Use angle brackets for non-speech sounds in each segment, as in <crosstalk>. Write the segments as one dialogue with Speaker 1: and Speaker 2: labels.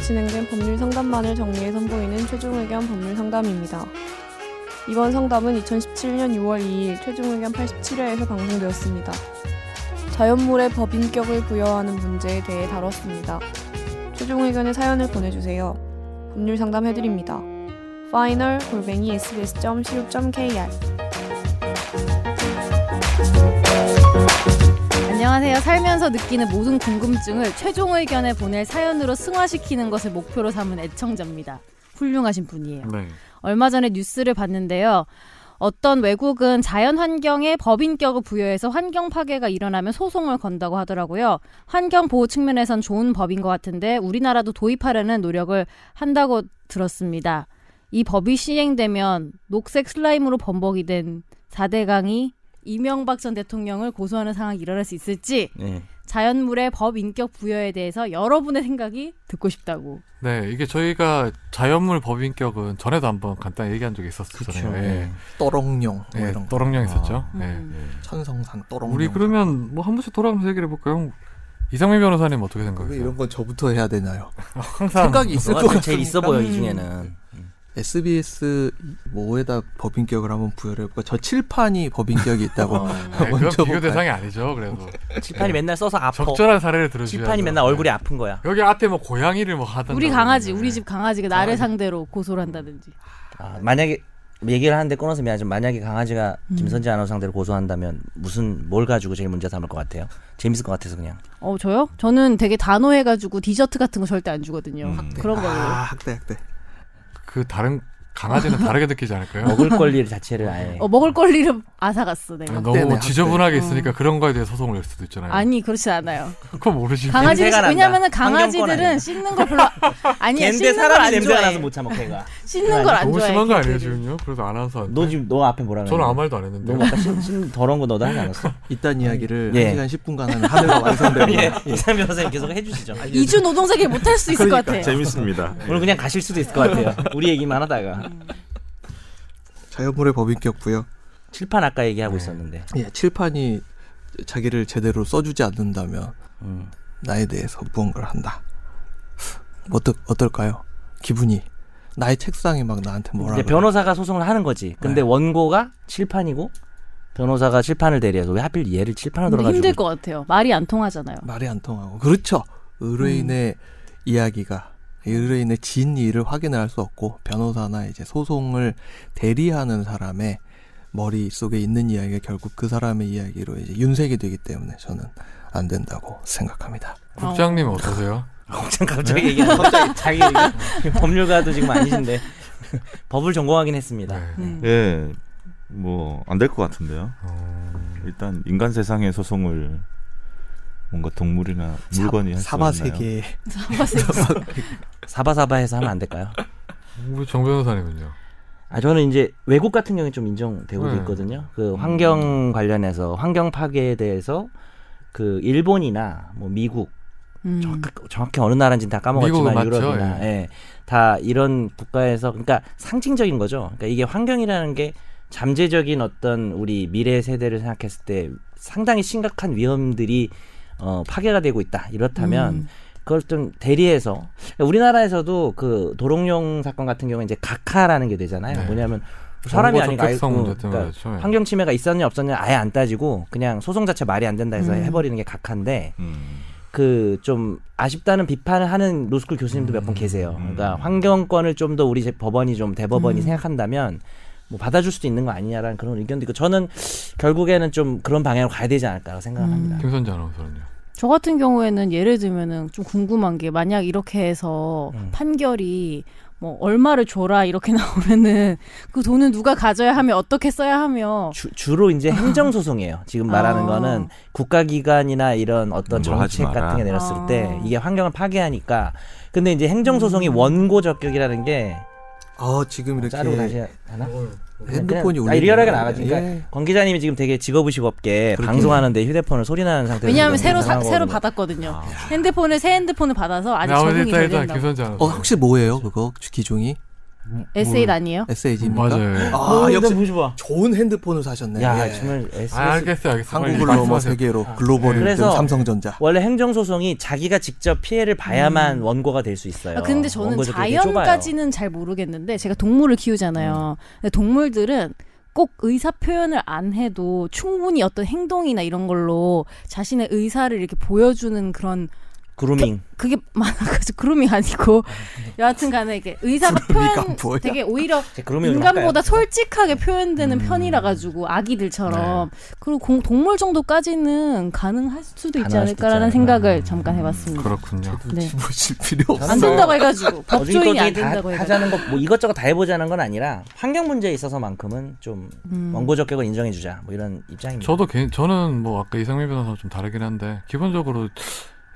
Speaker 1: 진행된 법률 상담만을 정리해 선보이는 최종 의견 법률 상담입니다. 이번 상담은 2017년 6월 2일 최종 의견 87회에서 방송되었습니다. 자연물에 법인격을 부여하는 문제에 대해 다뤘습니다. 최종 의견의 사연을 보내주세요. 법률 상담해드립니다. final 골뱅이 sbs.co.kr
Speaker 2: 안녕하세요. 살면서 느끼는 모든 궁금증을 최종 의견에 보낼 사연으로 승화시키는 것을 목표로 삼은 애청자입니다. 훌륭하신 분이에요.
Speaker 3: 네.
Speaker 2: 얼마 전에 뉴스를 봤는데요. 어떤 외국은 자연 환경에 법인격을 부여해서 환경 파괴가 일어나면 소송을 건다고 하더라고요. 환경 보호 측면에선 좋은 법인 것 같은데 우리나라도 도입하려는 노력을 한다고 들었습니다. 이 법이 시행되면 녹색 슬라임으로 범벅이 된 4대강이 이명박 전 대통령을 고소하는 상황이 일어날 수 있을지
Speaker 4: 네.
Speaker 2: 자연물의 법 인격 부여에 대해서 여러분의 생각이 듣고 싶다고.
Speaker 3: 네, 이게 저희가 자연물 법인격은 전에도 한번 간단히 얘기한 적이 있었잖아요.
Speaker 4: 그쵸. 네.
Speaker 3: 예.
Speaker 5: 또롱뇽 뭐
Speaker 3: 예,
Speaker 5: 이런 거
Speaker 3: 또렁령 있었죠.
Speaker 4: 아.
Speaker 3: 예.
Speaker 2: 음.
Speaker 5: 천성산 또롱뇽
Speaker 3: 우리 그러면 뭐 한 번씩 돌아가면서 얘기를 해볼까요? 이상민 변호사님 어떻게
Speaker 5: 왜
Speaker 3: 생각하세요?
Speaker 5: 이런 건 저부터 해야 되나요?
Speaker 3: <laughs> 항상
Speaker 5: 생각이 있을 것
Speaker 4: 너가
Speaker 5: 같
Speaker 4: 제일 있어 보여 이 중에는.
Speaker 5: SBS 뭐에다 법인격을 한번 부여를 해볼까? 저 칠판이
Speaker 3: <laughs>
Speaker 5: 법인격이 있다고.
Speaker 3: 네, 그건
Speaker 5: 먼저
Speaker 3: 비교
Speaker 5: 볼까요?
Speaker 3: 대상이 아니죠. 그래도
Speaker 4: 칠판이 맨날 써서 <laughs> 아파.
Speaker 3: 적절한 사례를 들어주셔야
Speaker 4: 칠판이 맨날 얼굴이 아픈 거야.
Speaker 3: 여기 앞에 뭐 고양이를 뭐 하던
Speaker 2: 우리 강아지, 우리 집 네. 강아지가 나를 상대로 고소를 한다든지.
Speaker 4: 아, 만약에 얘기를 하는데 끊어서 미안하지만 만약에 강아지가 김선재 아나운서 상대로 고소한다면 무슨 뭘 가지고 제일 문제 삼을 것 같아요? 재밌을 것 같아서 그냥.
Speaker 2: 어 저요? 저는 되게 단호해가지고 디저트 같은 거 절대 안 주거든요.
Speaker 4: 음, 네.
Speaker 2: 그런 걸로.
Speaker 5: 아, 학대 학대.
Speaker 3: 그 다른 강아지는 다르게 느끼지 않을까요?
Speaker 4: <laughs> 먹을 권리 자체를 아예.
Speaker 2: 어 먹을 권리를 앗아갔어 내가.
Speaker 3: 예, 너무
Speaker 5: 학대네,
Speaker 3: 지저분하게 있으니까 그런 거에 대해 소송을 낼 수도 있잖아요.
Speaker 2: 음. 아니 그렇지 않아요.
Speaker 3: 그건 모르지.
Speaker 2: 강아지
Speaker 4: 음. 냄새가 난다.
Speaker 2: 왜냐면은
Speaker 4: 환경권
Speaker 2: 강아지들은
Speaker 4: 아니야.
Speaker 2: 씻는 거
Speaker 4: <laughs>
Speaker 2: 별로 아니야.
Speaker 4: 걘데
Speaker 2: 씻는 걸
Speaker 4: 사람이
Speaker 2: 안
Speaker 4: 냄새가
Speaker 2: 좋아해.
Speaker 4: 나서 못 참아 걔가.
Speaker 2: 씻는 걸 안
Speaker 3: 너무
Speaker 2: 좋아해.
Speaker 3: 심한 거 아니에요
Speaker 2: 걔들은.
Speaker 3: 지금요? 그래도 아나운서한테.
Speaker 4: 너 지금 너 앞에 뭐라 그래?
Speaker 3: 저는 아무 말도 안 했는데.
Speaker 4: 너무 아까 신, 신 더러운 거 너도 하지 않았어?
Speaker 5: 이딴
Speaker 3: 네.
Speaker 5: 이야기를
Speaker 4: 예.
Speaker 5: 1시간 10분간 하면 하늘과
Speaker 4: <laughs>
Speaker 5: 완성되고.
Speaker 4: 예. 이상 변호사님 계속 해주시죠.
Speaker 2: 이주 노동자계 못할 수
Speaker 3: 그러니까
Speaker 2: 있을 것 같아.
Speaker 6: 재밌습니다.
Speaker 4: 오늘 그냥 가실 수도 있을 것 같아요. 우리 얘기만 하다가
Speaker 5: 자연물의 법인격 부여.
Speaker 4: 칠판 아까 얘기하고 있었는데.
Speaker 5: 예, 칠판이 자기를 제대로 써주지 않는다면
Speaker 4: 음.
Speaker 5: 나에 대해서 무언가를 한다. 뭐 어떠, 어떨까요? 기분이. 나의 책상에 막 나한테 뭐라
Speaker 4: 이제
Speaker 5: 그래.
Speaker 4: 변호사가 소송을 하는 거지. 근데
Speaker 5: 네.
Speaker 4: 원고가 칠판이고 변호사가 칠판을 대리해서 왜 하필 얘를 칠판으로
Speaker 2: 근데
Speaker 4: 들어가지고
Speaker 2: 힘들 것 같아요. 말이 안 통하잖아요.
Speaker 5: 말이 안 통하고 그렇죠 의뢰인의 이야기가 의뢰인의 진위를 확인할 수 없고 변호사나 이제 소송을 대리하는 사람의 머릿속에 있는 이야기가 결국 그 사람의 이야기로 이제 윤색이 되기 때문에 저는 안 된다고 생각합니다.
Speaker 2: 어.
Speaker 3: 국장님 어떠세요?
Speaker 4: 엄청 <laughs> 갑자기 얘기하는 갑자기 자기 얘기. <laughs> 법률가도 지금 아니신데 <laughs> 법을 전공하긴 했습니다.
Speaker 3: 네.
Speaker 2: 음.
Speaker 6: 예, 뭐 안 될 것 같은데요.
Speaker 3: 어,
Speaker 6: 일단 인간 세상의 소송을 뭔가 동물이나 물건이 할수
Speaker 5: 사바
Speaker 6: 있나요?
Speaker 5: 세계
Speaker 4: 사바사바해서 하면 안 될까요?
Speaker 3: 우리 정 변호사님은요?
Speaker 4: 아 저는 이제 외국 같은 경우에 좀 인정되고
Speaker 3: 네.
Speaker 4: 있거든요. 그 환경 관련해서 환경 파괴에 대해서 그 일본이나 뭐 미국
Speaker 2: 음.
Speaker 4: 정확- 정확히 어느 나라인지는 다
Speaker 3: 미국은
Speaker 4: 까먹었지만
Speaker 3: 맞죠,
Speaker 4: 유럽이나 예. 다 이런 국가에서 그러니까 상징적인 거죠. 그러니까 이게 환경이라는 게 잠재적인 어떤 우리 미래 세대를 생각했을 때 상당히 심각한 위험들이 어, 파괴가 되고 있다. 이렇다면
Speaker 2: 음.
Speaker 4: 그걸 좀 대리해서 그러니까 우리나라에서도 그 도롱뇽 사건 같은 경우에 이제 각하라는 게 되잖아요.
Speaker 3: 네.
Speaker 4: 뭐냐면 사람이
Speaker 3: 정보
Speaker 4: 아니고
Speaker 3: 적격성
Speaker 4: 아예-
Speaker 3: 문제 때문에
Speaker 4: 그러니까
Speaker 3: 그렇죠. 예.
Speaker 4: 환경 침해가 있었냐 없었냐 아예 안 따지고 그냥 소송 자체 말이 안 된다 해서
Speaker 2: 음.
Speaker 4: 해버리는 게 각하인데
Speaker 6: 음.
Speaker 4: 그 좀 아쉽다는 비판을 하는 로스쿨 교수님도 몇 분 계세요.
Speaker 6: 음.
Speaker 4: 그러니까 환경권을 좀 더 우리 제- 법원이 좀 대법원이
Speaker 2: 음.
Speaker 4: 생각한다면 뭐 받아줄 수도 있는 거 아니냐라는 그런 의견도 있고 저는 결국에는 좀 그런 방향으로 가야 되지 않을까라고 생각을
Speaker 2: 음.
Speaker 4: 합니다.
Speaker 3: 김선재 아나운서는요?
Speaker 2: 저 같은 경우에는 예를 들면은 좀 궁금한 게 만약 이렇게 해서
Speaker 4: 음.
Speaker 2: 판결이 뭐 얼마를 줘라 이렇게 <laughs> 나오면은 그 돈은 누가 가져야 하며 어떻게 써야 하며
Speaker 4: 주, 로 이제 행정 소송이에요. 지금 말하는
Speaker 2: 아.
Speaker 4: 거는 국가기관이나 이런 어떤
Speaker 6: 뭘뭐 하지
Speaker 4: 정책
Speaker 6: 마라.
Speaker 4: 같은 게 내렸을
Speaker 2: 아. 음.
Speaker 4: 때 이게 환경을 파괴하니까 근데 이제 행정 소송이 원고 적격이라는 게
Speaker 5: 아 지금 이렇게
Speaker 4: 어, 자르고 다시 하나?
Speaker 5: 핸드폰이
Speaker 4: 그냥-
Speaker 5: 울리네요.
Speaker 4: 아, 리얼하게 나가니까
Speaker 5: 예.
Speaker 4: 권 기자님이 지금 되게 직업의식없게 방송하는데 휴대폰을 소리 나는 상태로
Speaker 2: 왜냐하면
Speaker 4: 지금
Speaker 2: 새로 사-
Speaker 4: 방송하고
Speaker 2: 새로
Speaker 4: 네, 있거든요. 아.
Speaker 2: 받았거든요. 핸드폰을 새 핸드폰을 받아서 아직
Speaker 3: 나 오늘
Speaker 4: 네,
Speaker 2: 적응이
Speaker 3: 일단
Speaker 2: 잘
Speaker 3: 일단
Speaker 2: 된다고.
Speaker 3: 김선재
Speaker 5: 어
Speaker 3: 아나운서.
Speaker 5: 혹시 뭐예요 그거 기종이?
Speaker 2: 에세이 아니에요?
Speaker 5: 에세이지입니까?
Speaker 3: 음, 맞아요.
Speaker 5: 아, 역시
Speaker 4: 보지 봐.
Speaker 5: 좋은 핸드폰을 사셨네.
Speaker 4: 어, 뭐- 야,
Speaker 5: 예.
Speaker 4: 정말 SBS.
Speaker 3: 아, 알겠어요, 알겠어요.
Speaker 5: 한국을
Speaker 3: 빨리
Speaker 5: 넘어
Speaker 3: 말씀하세요.
Speaker 5: 세계로 글로벌
Speaker 4: 네.
Speaker 5: 1등
Speaker 4: 그래서- <laughs>
Speaker 5: 삼성전자.
Speaker 4: 원래 행정 소송이 자기가 직접 피해를 봐야만 원고가 될 수 있어요.
Speaker 2: 아, 근데 저는
Speaker 4: 네. 원고도 되게 좁아요. 음.
Speaker 2: 자연까지는 잘 모르겠는데 제가 동물을 키우잖아요. 근데 동물들은 꼭 의사 표현을 안 해도 충분히 어떤 행동이나 이런 걸로 자신의 의사를 이렇게 보여주는 그런
Speaker 4: 그루밍.
Speaker 2: 그게 많아가지고 그룹이 아니고 <laughs> 여하튼간에 이게 의사가
Speaker 5: 그루밍이가
Speaker 2: 표현
Speaker 5: 뭐야?
Speaker 2: 되게 오히려
Speaker 4: 제 그루밍으로
Speaker 2: 인간보다
Speaker 4: 할까요?
Speaker 2: 솔직하게 표현되는 편이라 가지고 아기들처럼 그리고 공- 동물 정도까지는 가능할 수도 있지
Speaker 4: 가능할 수도
Speaker 2: 않을까라는
Speaker 4: 있지
Speaker 2: 생각을 잠깐 해봤습니다.
Speaker 3: 그렇군요.
Speaker 2: 네.
Speaker 5: 보실 필요 없어요.
Speaker 2: 안 된다고 해가지고 법조인이 안
Speaker 4: 어중간중이 다
Speaker 2: 된다고 해가지고
Speaker 4: 하자는 거 뭐 이것저것 다 해보자는 건 아니라 환경 문제에 있어서만큼은 좀
Speaker 2: 음.
Speaker 4: 원고적 격을 인정해주자 뭐 이런 입장입니다.
Speaker 3: 저도 개인, 저는 뭐 아까 이성민 변호사와 좀 다르긴 한데 기본적으로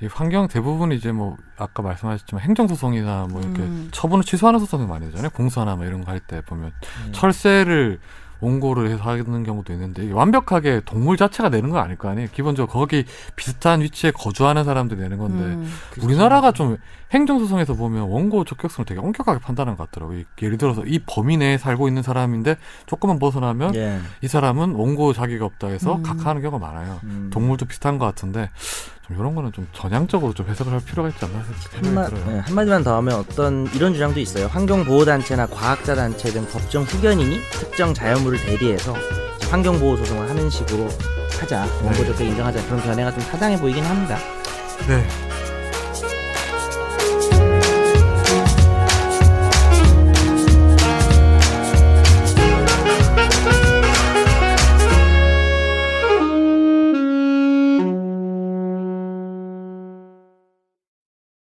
Speaker 3: 이 환경 대부분 이제 뭐 아까 말씀하셨지만 행정 소송이나 뭐 이렇게
Speaker 2: 음.
Speaker 3: 처분을 취소하는 소송이 많이 하잖아요. 공사나 뭐 이런 거 할 때 보면
Speaker 2: 음.
Speaker 3: 철새를 원고를 해서 하는 경우도 있는데 이게 완벽하게 동물 자체가 내는 건 아닐 거 아니에요. 기본적으로 거기 비슷한 위치에 거주하는 사람들이 내는 건데
Speaker 2: 음.
Speaker 3: 우리나라가 좀 행정소송에서 보면 원고 적격성을 되게 엄격하게 판단하는 것 같더라고요. 예를 들어서 이 범위 내에 살고 있는 사람인데 조금만 벗어나면
Speaker 4: 예.
Speaker 3: 이 사람은 원고 자기가 없다 해서
Speaker 2: 음.
Speaker 3: 각하하는 경우가 많아요.
Speaker 4: 음.
Speaker 3: 동물도 비슷한 것 같은데 좀 이런 거는 좀 전향적으로 좀 해석을 할 필요가 있지 않나 생각이
Speaker 4: 한마,
Speaker 3: 들어요.
Speaker 4: 예, 한마디만 더 하면 어떤 이런 주장도 있어요. 환경보호단체나 과학자단체 등 법정 후견인이 특정 자연물을 대리해서 환경보호 소송을 하는 식으로 하자 원고적 격 인정하자 그런 견해가 좀 타당해 보이긴 합니다.
Speaker 3: 네,